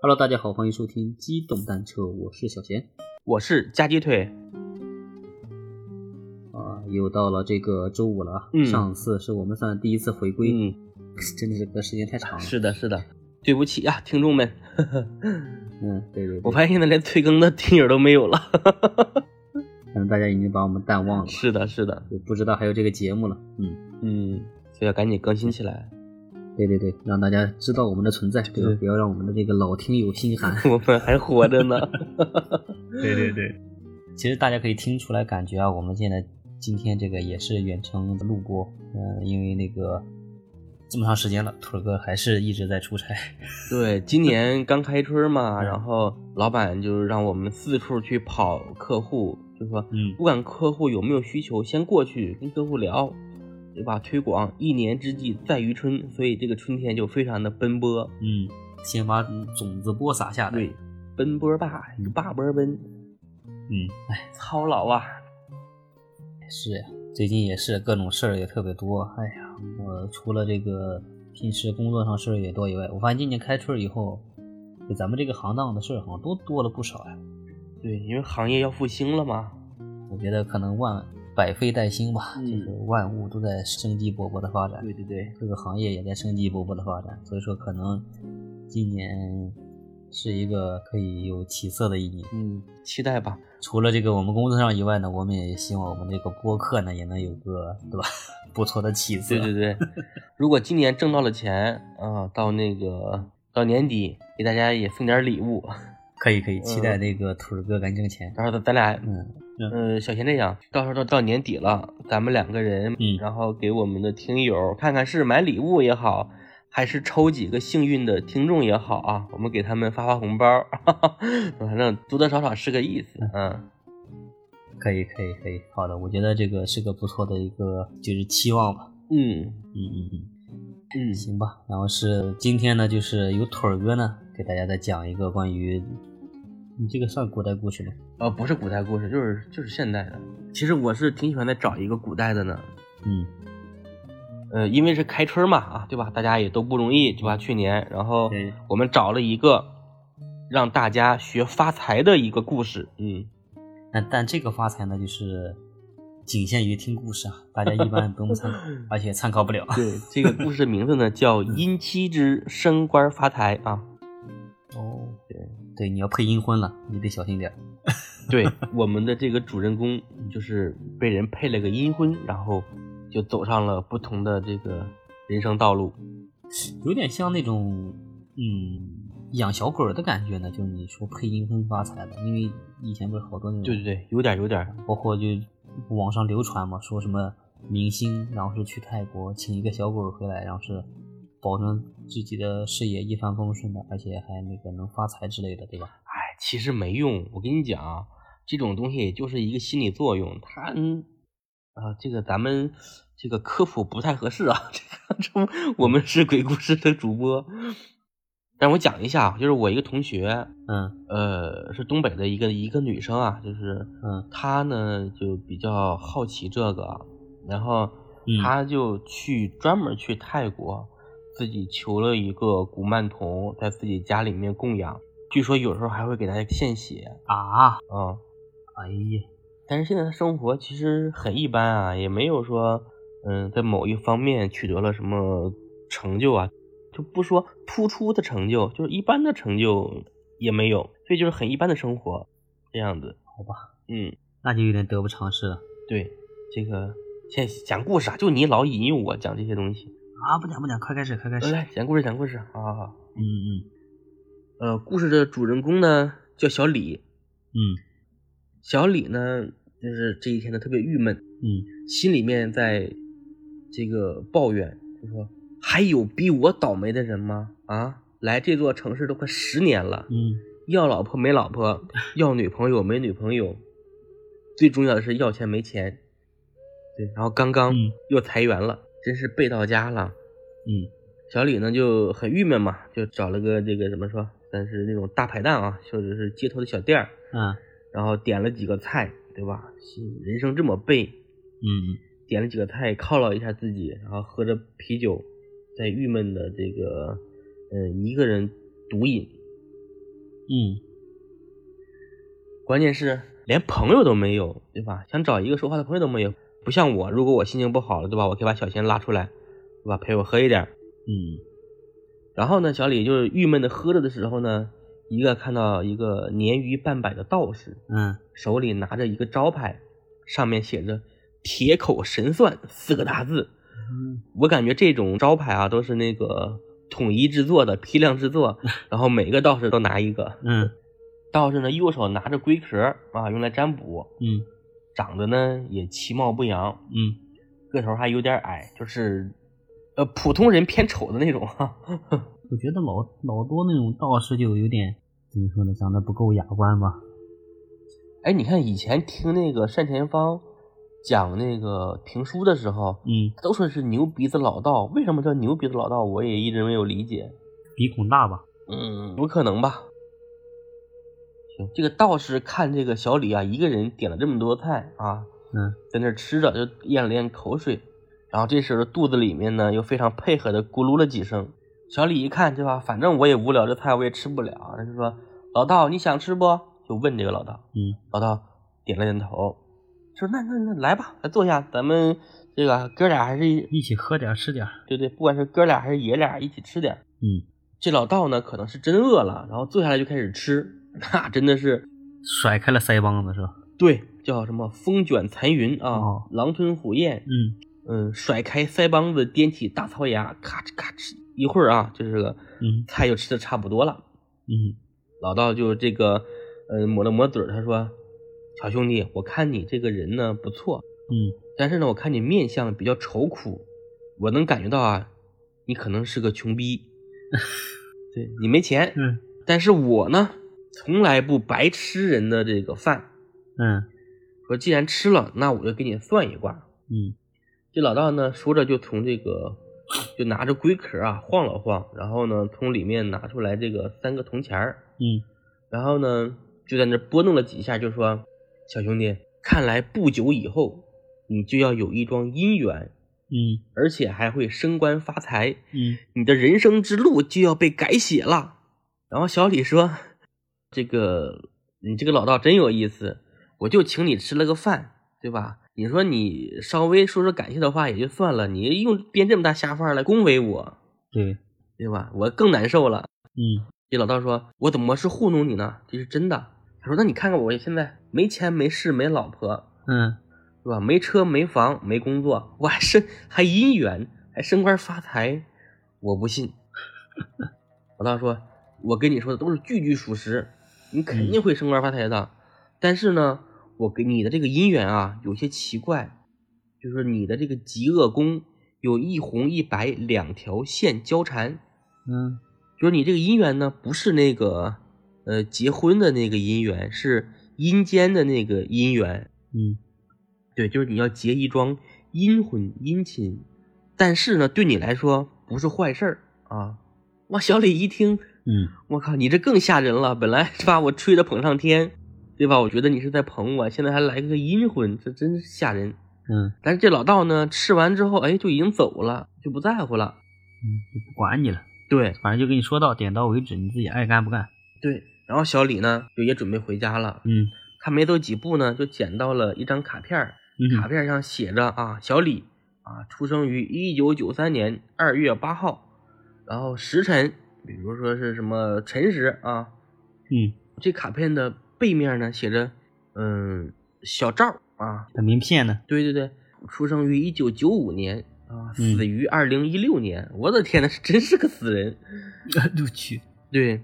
Hello，大家好，欢迎收听机动单车，我是小贤。我是夹鸡腿，啊，又到了这个周五了啊，嗯上次是我们算第一次回归，嗯，真的是隔时间太长了。是的，是的，对不起呀、听众们，嗯，对对我对，发现现在连催更的听友都没有了，可能大家已经把我们淡忘了，是的，是的，就不知道还有这个节目了。嗯，嗯，所以要赶紧更新起来， 对对对，让大家知道我们的存在，对吧对不要让我们的这个老听友心 寒。我们还活着呢， 对对对， 其实大家可以听出来，感觉啊，我们现在今天这个也是远程录播，嗯、因为那个这么长时间了，腿儿哥还是一直在出差。对，今年刚开春嘛，嗯然后老板就让我们四处去跑客户，就说嗯不管客户有没有需求，先过去跟客户聊，对吧？推广一年之计在于春，所以这个春天就非常的奔波，嗯，先把种子播撒下来。对，奔波吧，霸波奔，嗯，哎，操劳啊！是呀，最近也是各种事儿也特别多。哎呀，我除了这个平时工作上事儿也多以外，我发现今年开春以后，就咱们这个行当的事儿好像都多了不少呀。对，因为行业要复兴了嘛。我觉得可能万百废待兴吧，嗯就是万物都在生机勃勃的发展，对对，各个行业也在生机勃勃的发展，所以说可能今年是一个可以有起色的一年。嗯，期待吧。除了这个我们工作上以外呢，我们也希望我们这个播客呢也能有个对吧 不错的起色。对对 对，如果今年挣到了钱啊，到那个到年底给大家也送点礼物，可以可嗯以，期待那个腿儿哥赶紧挣钱。到时候咱俩，嗯呃，小贤这样，到时候到到年底了，咱们两个人，嗯然后给我们的听友看看是买礼物也好。还是抽几个幸运的听众也好啊，我们给他们发发红包， 反正多多少少是个意思，嗯，可以可以可以，好的，我觉得这个是个不错的一个就是期望吧。嗯嗯嗯嗯，嗯，行吧。然后是今天呢，就是由腿儿哥呢给大家再讲一个关于，你这个算古代故事吗？呃，不是古代故事，就是就是现代的。其实我是挺喜欢再找一个古代的呢，嗯呃，因为是开春嘛，啊，对吧？大家也都不容易，对吧？去年，然后对我们找了一个让大家学发财的一个故事，嗯，但但这个发财呢，就是仅限于听故事啊，大家一般不用 参考，而且参考不了。对，这个故事的名字呢叫《因妻之升官发财》啊，哦，对对，你要配阴婚了，你得小心点儿。对，我们的这个主人公就是被人配了个阴婚，然后就走上了不同的这个人生道路，有点像那种嗯养小鬼儿的感觉呢，就你说配阴婚发财的，因为以前不是好多那种，对对对，有点有点，包括就网上流传嘛，说什么明星，然后是去泰国请一个小鬼儿回来，然后是保证自己的事业一帆风顺的，而且还那个能发财之类的，对吧？哎，其实没用。我跟你讲啊，这种东西也就是一个心理作用。它，嗯，啊，这个咱们这个科普不太合适啊。这个，这不我们是鬼故事的主播。但我讲一下啊，就是我一个同学，嗯呃，是东北的一个一个女生啊，就是嗯她呢就比较好奇这个，啊然后嗯她就去专门去泰国，自己求了一个古曼童，在自己家里面供养，据说有时候还会给大家献血啊，啊、哎呀，但是现在的生活其实很一般啊，也没有说嗯在某一方面取得了什么成就啊，就不说突出的成就，就是一般的成就也没有，所以就是很一般的生活这样子。好吧，嗯，那就有点得不偿失了对，这个现在讲故事啊，就你老引诱我讲这些东西。啊！不讲不讲，快开始快开来始，来，讲故事，讲故事，好好好。嗯嗯呃，故事的主人公呢叫小李，嗯小李呢就是这一天呢特别郁闷，嗯，心里面在这个抱怨，就说还有比我倒霉的人吗？啊，来这座城市都快十年了，嗯，要老婆没 老婆，要女朋友没女朋友，最重要的是要钱没钱。对，然后刚刚嗯又裁员了，真是背到家了。嗯小李呢就很郁闷嘛，就找了个这个怎么说，但是那种大排档啊，或者是街头的小店儿，嗯然后点了几个菜，对吧？人生这么背，嗯点了几个菜犒劳一下自己，然后喝着呃啤酒，在郁闷的这个，嗯，一个人独饮，嗯，关键是连朋友都没有，对吧？想找一个说话的朋友都没有，不像我，如果我心情不好了，对吧？我可以把小贤拉出来，对吧？陪我喝一点儿。嗯，然后呢，小李就是郁闷的喝着的时候呢，一个看到一个年逾半百的道士，嗯，手里拿着一个招牌，上面写着“铁口神算”四个大字。嗯，我感觉这种招牌啊，都是那个统一制作的，批量制作，然后每个道士都拿一个。嗯，道士呢，右手拿着龟壳啊，用来占卜，嗯，长得呢也其貌不扬，嗯，个头还有点矮，就是呃普通人偏丑的那种哈。我觉得老老多那种道士就有点怎么说呢，长得不够雅观吧？哎，你看以前听那个单田芳讲那个评书的时候，嗯，都说是牛鼻子老道，为什么叫牛鼻子老道？我也一直没有理解。鼻孔大吧？嗯，有可能吧。行，这个道士看这个小李啊，一个人点了这么多菜啊，嗯在那儿吃着，就咽了咽口水，然后这时候肚子里面呢又非常配合的咕噜了几声。小李一看，对吧？反正我也无聊，这菜我也吃不了，他就说：“老道，你想吃不？”就问这个老道。嗯老道点了点头，说：“那那那来吧，来坐下，咱们这个哥俩还是一一起喝点儿吃点儿。对对，不管是哥俩还是爷俩，一起吃点儿。”嗯，这老道呢，可能是真饿了，然后坐下来就开始吃， 那真的是甩开了腮帮子是吧？对叫什么风卷残云啊，哦狼吞虎咽，嗯嗯，甩开腮帮子，掂起大槽牙，咔哧咔哧，一会儿啊，就是个嗯菜就吃的差不多了。嗯老道就这个，呃，抹了抹嘴儿，他说：“小兄弟，我看你这个人呢不错，嗯但是呢，我看你面相比较愁苦，我能感觉到啊，你可能是个穷逼，对你没钱，嗯但是我呢，从来不白吃人的这个饭。嗯说既然吃了，那我就给你算一卦。嗯这老道呢，说着就从这个，就拿着龟壳啊晃了晃，然后呢，从里面拿出来这个三个铜钱儿，嗯然后呢，就在那拨弄了几下，就说：“小兄弟，看来不久以后，你就要有一桩姻缘，嗯而且还会升官发财。嗯你的人生之路就要被改写了。然后小李说：“这个你这个老道真有意思，我就请你吃了个饭，对吧？你说你稍微说说感谢的话也就算了，你用编这么大瞎话来恭维我，对对吧？我更难受了。”嗯这老道说：“我怎么是糊弄你呢？这是真的。”他说：“那你看看我现在没钱没势没老婆，嗯是吧？没车没房没工作，我 还升还姻缘，还升官发财，我不信。老道说：“我跟你说的都是句句属实，你肯定会升官发财的。但是呢，我给你的这个姻缘啊，有些奇怪，就是你的这个极恶宫有一红一白两条线交缠，嗯就是你这个姻缘呢，不是那个呃结婚的那个姻缘，是阴间的那个姻缘。”嗯对，就是你要结一桩阴婚姻亲，但是呢，对你来说不是坏事儿啊。哇，小李一听，嗯我靠，你这更吓人了。本来是把我吹的捧上天，对吧？我觉得你是在捧我，现在还来个阴婚，这真是吓人。嗯，但是这老道呢，吃完之后，哎，就已经走了，就不在乎了。就不管你了，对反正就跟你说到点到为止，你自己爱干不干。对，然后小李呢，就也准备回家了。嗯他没走几步呢，就捡到了一张卡片儿，嗯卡片上写着啊，小李啊，出生于一九九三年二月八号，然后时辰，比如说是什么辰时啊。嗯，这卡片的背面呢写着，嗯，小赵啊，那名片呢？对对对，出生于一九九五年啊，嗯死于二零一六年。我的天呐，真是个死人。 我去，对，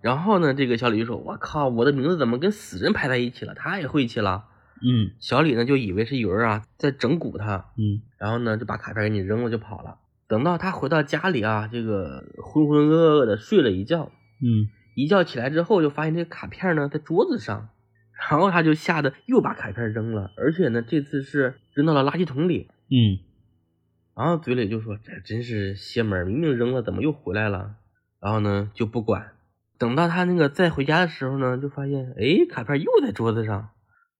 然后呢，这个小李就说：“我靠，我的名字怎么跟死人排在一起了？太晦气了。”嗯小李呢就以为是有人啊在整蛊他，嗯然后呢就把卡片给你扔了就跑了。等到他回到家里啊，这个浑浑噩噩的睡了一觉，嗯一觉起来之后就发现这个卡片呢在桌子上，然后他就吓得又把卡片扔了，而且呢这次是扔到了垃圾桶里，嗯然后嘴里就说这真是邪门儿，明明扔了怎么又回来了？然后呢就不管，等到他那个再回家的时候呢，就发现哎卡片又在桌子上，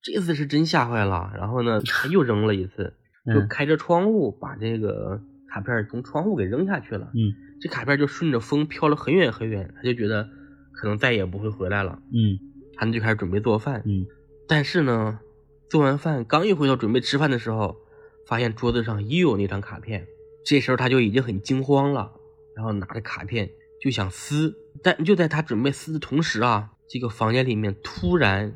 这次是真吓坏了，然后呢他又扔了一次。就嗯开着窗户把这个卡片儿从窗户给扔下去了。嗯这卡片儿就顺着风飘了很远很远，他就觉得可能再也不会回来了。嗯他们就开始准备做饭。嗯，但是呢，做完饭刚一回头准备吃饭的时候，发现桌子上又有那张卡片。这时候他就已经很惊慌了，然后拿着卡片就想撕，但就在他准备撕的同时啊，这个房间里面突然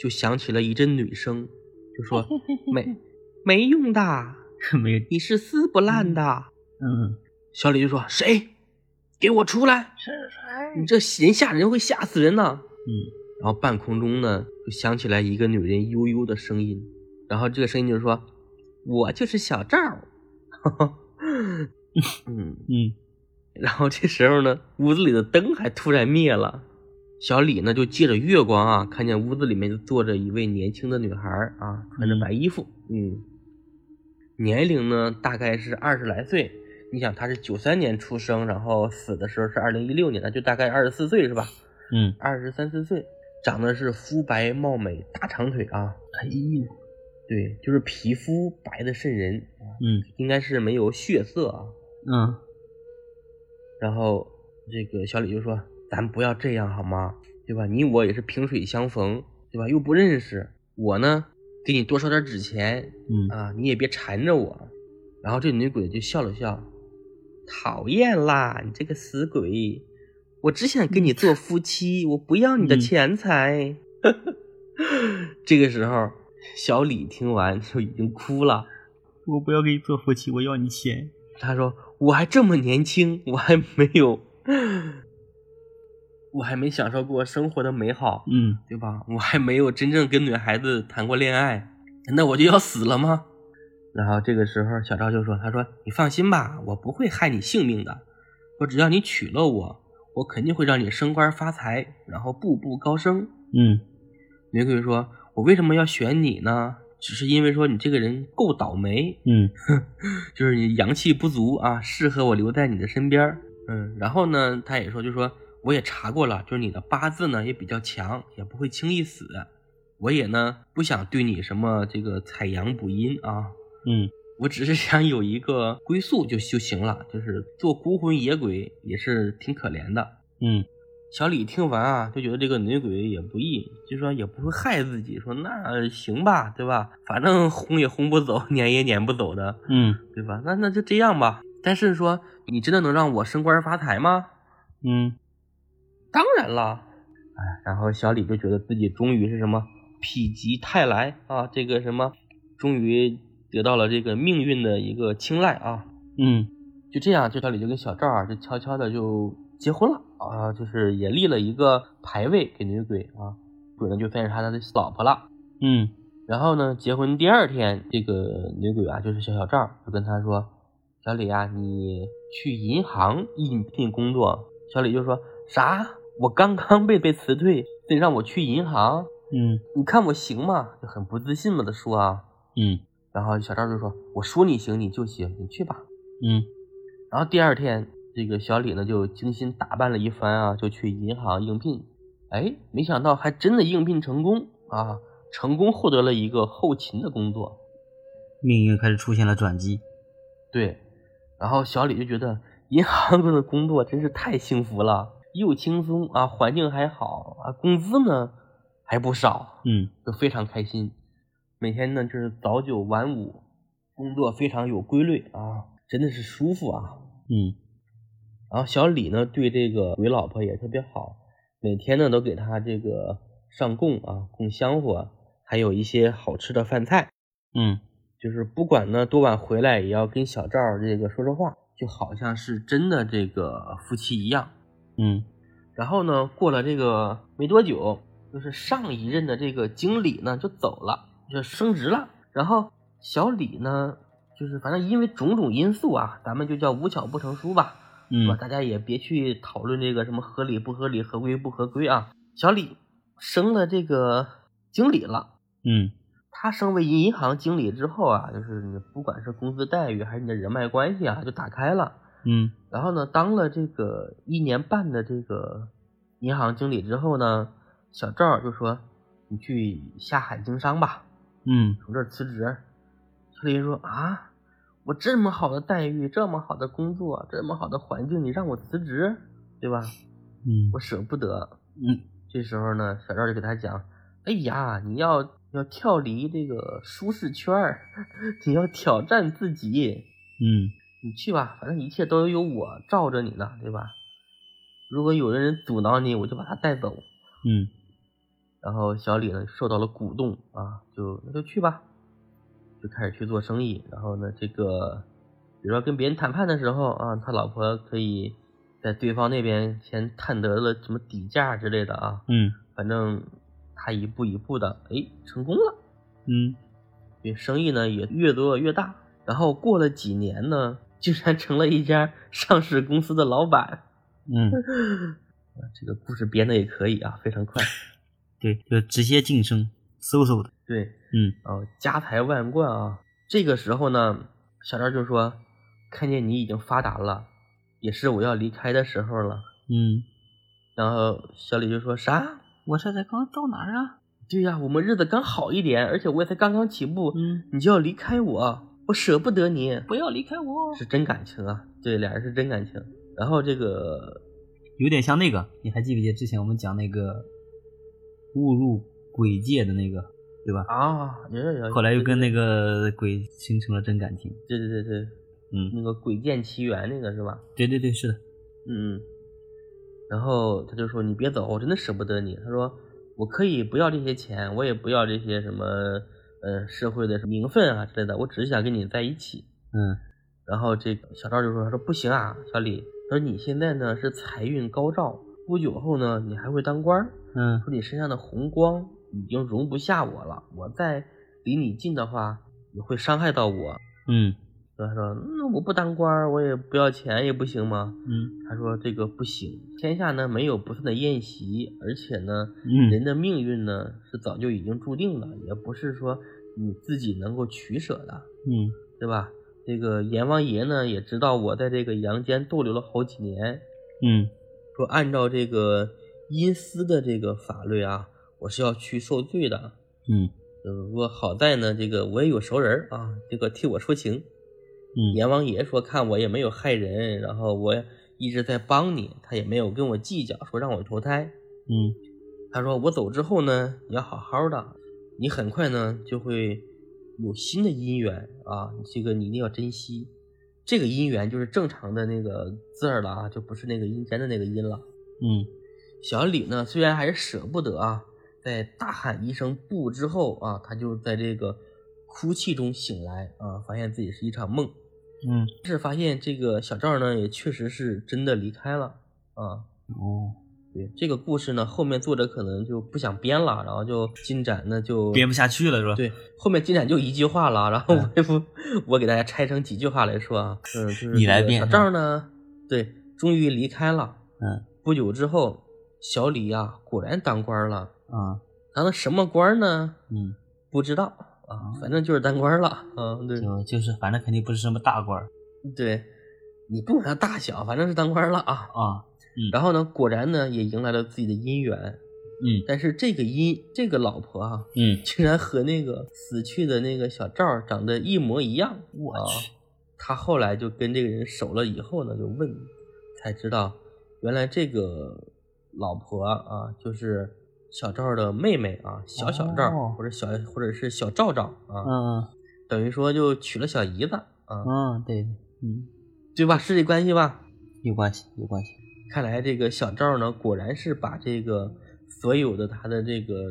就响起了一阵女声，就说嗯没没用的，没有，你是撕不烂的。嗯，小李就说谁给我出来，是谁？你这人吓人会吓死人呐！嗯然后半空中呢，就响起来一个女人悠悠的声音，然后这个声音就是说：“我就是小赵。” 嗯，嗯然后这时候呢，屋子里的灯还突然灭了。小李呢，就借着月光啊，看见屋子里面就坐着一位年轻的女孩儿啊，穿着白衣服，嗯，年龄呢大概是二十来岁。你想，她是九三年出生，然后死的时候是二零一六年，那就大概二十四岁是吧？嗯，二十三四岁，长得是肤白貌美，大长腿啊，哎呦，对，就是皮肤白的渗人，嗯应该是没有血色啊。嗯然后这个小李就说：“咱不要这样好吗？对吧？你我也是萍水相逢，对吧？又不认识，我呢给你多烧点纸钱嗯，啊，你也别缠着我。”然后这女鬼就笑了笑：“讨厌啦，你这个死鬼！我只想跟你做夫妻，我不要你的嗯钱财。 这个时候，小李听完就已经哭了。我不要给你做夫妻，我要你钱。他说：“我还这么年轻，我还没有，我还没享受过生活的美好，嗯对吧？我还没有真正跟女孩子谈过恋爱，那我就要死了吗？”然后这个时候，小赵就说：“他说你放心吧，我不会害你性命的。说只要你娶了我，我肯定会让你升官发财，然后步步高升。”嗯女鬼说：“我为什么要选你呢？只是因为说你这个人够倒霉，嗯就是你阳气不足啊，适合我留在你的身边儿。嗯，然后呢，他也说，就说我也查过了，就是你的八字呢也比较强，也不会轻易死。我也呢不想对你什么这个采阳补阴啊，嗯我只是 想有一个归宿就就行了，就是做孤魂野鬼也是挺可怜的。嗯小李听完啊，就觉得这个女鬼也不易，就说也不会害自己，说那行吧，对吧？反正轰也轰不走，撵也撵不走的。嗯对吧？那那就这样吧。但是说你真的能让我升官发财吗？嗯当然了。哎，然后小李就觉得自己终于是什么否极泰来啊，这个什么终于得到了这个命运的一个青睐啊。嗯就这样，这小李就跟小赵啊，就悄悄的就结婚了啊，就是也立了一个牌位给女鬼啊，鬼呢就算是他的老婆了。嗯然后呢，结婚第二天，这个女鬼啊，就是小小赵，就跟他说：“小李啊，你去银行应聘工作。”小李就说：“啥？我刚刚被被辞退，你让我去银行？嗯你看我行吗？”就很不自信嘛的说啊。嗯然后小赵就说：“我说你行，你就行，你去吧。”嗯然后第二天，这个小李呢就精心打扮了一番啊，就去银行应聘。哎，没想到还真的应聘成功啊，成功获得了一个后勤的工作。命运开始出现了转机。对，然后小李就觉得银行的工作真是太幸福了，又轻松啊，环境还好啊，工资呢还不少，嗯就非常开心。每天呢就是早九晚五，工作非常有规律啊，真的是舒服啊。嗯然后小李呢，对这个鬼老婆也特别好，每天呢都给她这个上供啊，供香火，还有一些好吃的饭菜。嗯就是不管呢多晚回来，也要跟小赵这个说说话，就好像是真的这个夫妻一样。嗯然后呢，过了这个没多久，就是上一任的这个经理呢就走了，就升职了。然后小李呢，就是反正因为种种因素啊，咱们就叫无巧不成书吧。是吧？嗯大家也别去讨论这个什么合理不合理、合规不合规啊。小李升了这个经理了，嗯他升为银行经理之后啊，就是你不管是工资待遇还是你的人脉关系啊，就打开了。嗯然后呢，当了这个一年半的这个银行经理之后呢，小赵就说：“你去下海经商吧，嗯从这儿辞职。”小李说：“啊，我这么好的待遇，这么好的工作，这么好的环境，你让我辞职，对吧？”嗯我舍不得。嗯，这时候呢，小赵就给他讲：“哎呀，你要要跳离这个舒适圈儿， 你要挑战自己，嗯你去吧，反正一切都有我罩着你呢，对吧？如果有人阻挠你，我就把他带走。”嗯然后小李呢受到了鼓动啊，就那就去吧，就开始去做生意。然后呢，这个比如说跟别人谈判的时候啊，他老婆可以在对方那边先探得了什么底价之类的啊，嗯反正他一步一步的，哎，成功了，嗯，这生意呢也越做越大。然后过了几年呢，竟然成了一家上市公司的老板。啊嗯，这个故事编的也可以啊，非常快。对，就直接晋升嗖嗖的。对，嗯哦，家财万贯啊！这个时候呢，小赵就说：“看见你已经发达了，也是我要离开的时候了。嗯，”然后小李就说：“啥？我这才刚到哪儿啊？对呀、我们日子刚好一点，而且我也才刚刚起步，嗯，你就要离开我，我舍不得你，不要离开我，是真感情啊！对，俩人是真感情。然后这个有点像那个，你还记不记得之前我们讲那个误入鬼界的那个，对吧？啊，有有有，后来又跟那个鬼形成了真感情。对对对对，嗯，那个《鬼剑奇缘》那个是吧？对对对，是的。嗯，然后他就说：“你别走，我真的舍不得你。”他说：“我可以不要这些钱，我也不要这些什么呃社会的什么名分啊之类的，我只是想跟你在一起。嗯”然后这个小赵就说：“他说不行啊，小李，他说你现在呢是财运高照，不久后呢你还会当官儿，嗯说你身上的红光已经容不下我了，我再离你近的话也会伤害到我。”嗯所以他说：“那、我不当官儿，我也不要钱，也不行吗？”嗯他说这个不行，天下呢没有不散的宴席，而且呢，人嗯的命运呢是早就已经注定了，也不是说你自己能够取舍的，嗯对吧？这个阎王爷呢也知道我在这个阳间逗留了好几年，嗯说按照这个阴司的这个法律啊，我是要去受罪的。嗯呃，不过好在呢，这个我也有熟人儿啊，这个替我说情。嗯阎王爷说看我也没有害人，然后我一直在帮你，他也没有跟我计较，说让我投胎。嗯他说我走之后呢，你要好好的，你很快呢就会有新的姻缘啊，这个你一定要珍惜。这个姻缘就是正常的那个字儿了啊，就不是那个阴间的那个阴了。嗯小李呢，虽然还是舍不得啊，在大喊一声“不”之后啊，他就在这个哭泣中醒来啊，发现自己是一场梦。嗯，是发现这个小赵呢，也确实是真的离开了啊。哦，对这个故事呢，后面作者可能就不想编了，然后就进展呢就编不下去了是吧？，对，后面进展就一句话了，然后嗯我也不，我给大家拆成几句话来说啊。嗯，就是你来这个编小赵呢，对，终于离开了。嗯不久之后，小李啊，果然当官了。啊当了什么官呢？嗯，不知道啊，反正就是当官了。嗯，对。就就是反正肯定不是什么大官儿对，你不管它大小，反正是当官了啊。啊。然后呢，果然呢也迎来了自己的姻缘，嗯但是这个姻这个老婆啊，嗯，竟然和那个死去的那个小赵儿长得一模一样。我啊去，他后来就跟这个人熟了以后呢，就问，才知道原来这个老婆啊，就是小赵儿的妹妹啊，小小赵儿、哦或者小或者是小赵赵啊，嗯等于说就娶了小姨子啊，嗯，对，嗯，对吧？是这关系吧？有关系有关系。看来这个小赵呢，果然是把这个所有的他的这个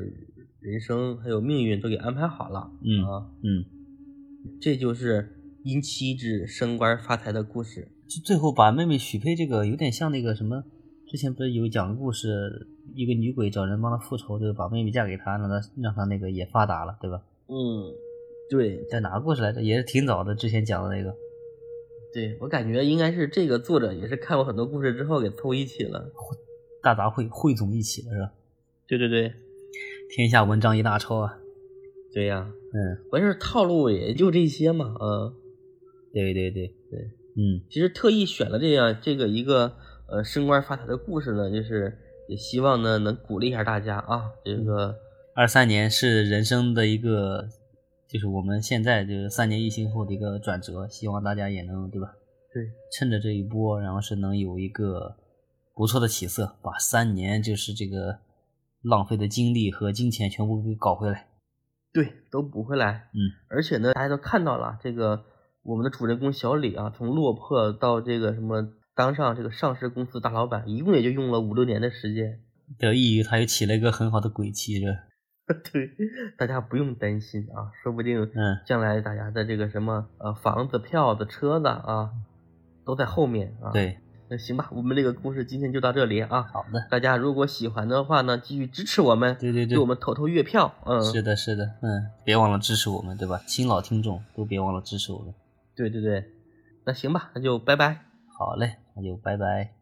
人生还有命运都给安排好了、嗯啊！嗯，这就是因妻制升官发财的故事。就最后把妹妹许配这个有点像那个什么，之前不是有讲个故事，一个女鬼找人帮她复仇，就是把妹妹嫁给他，让他让他那个也发达了，对吧？嗯，对在哪个故事来着？也是挺早的，之前讲的那个，对，我感觉应该是这个作者也是看过很多故事之后给凑一起了。大杂烩汇总一起的是吧？对对对，天下文章一大抄啊。对呀、嗯，完事儿套路也就这些嘛啊。对对对对，嗯其实特意选了这样这个一个呃升官发财的故事呢，就是也希望呢能鼓励一下大家啊，这个。，二三年是人生的一个，就是我们现在就是三年疫情后的一个转折，希望大家也能对吧？对，趁着这一波，然后是能有一个不不错的起色，把三年就是这个浪费的精力和金钱全部给搞回来。对，都补回来。嗯，而且呢，大家都看到了啊这个我们的主人公小李啊，从落魄到这个什么当上这个上市公司大老板，一共也就用了五六年的时间。 得益于他又起了一个很好的轨迹，这对，大家不用担心啊，说不定嗯将来大家的这个什么呃房子、票子、车子啊，都在后面啊。，对，那行吧，我们这个故事今天就到这里啊。好的，大家如果喜欢的话呢，继续支持我们，对对给对我，们投投月票。嗯，是的，是的，嗯，别忘了支持我们，对吧？新老听众都别忘了支持我们。对对对。那行吧，那就拜拜。好嘞，那就拜拜。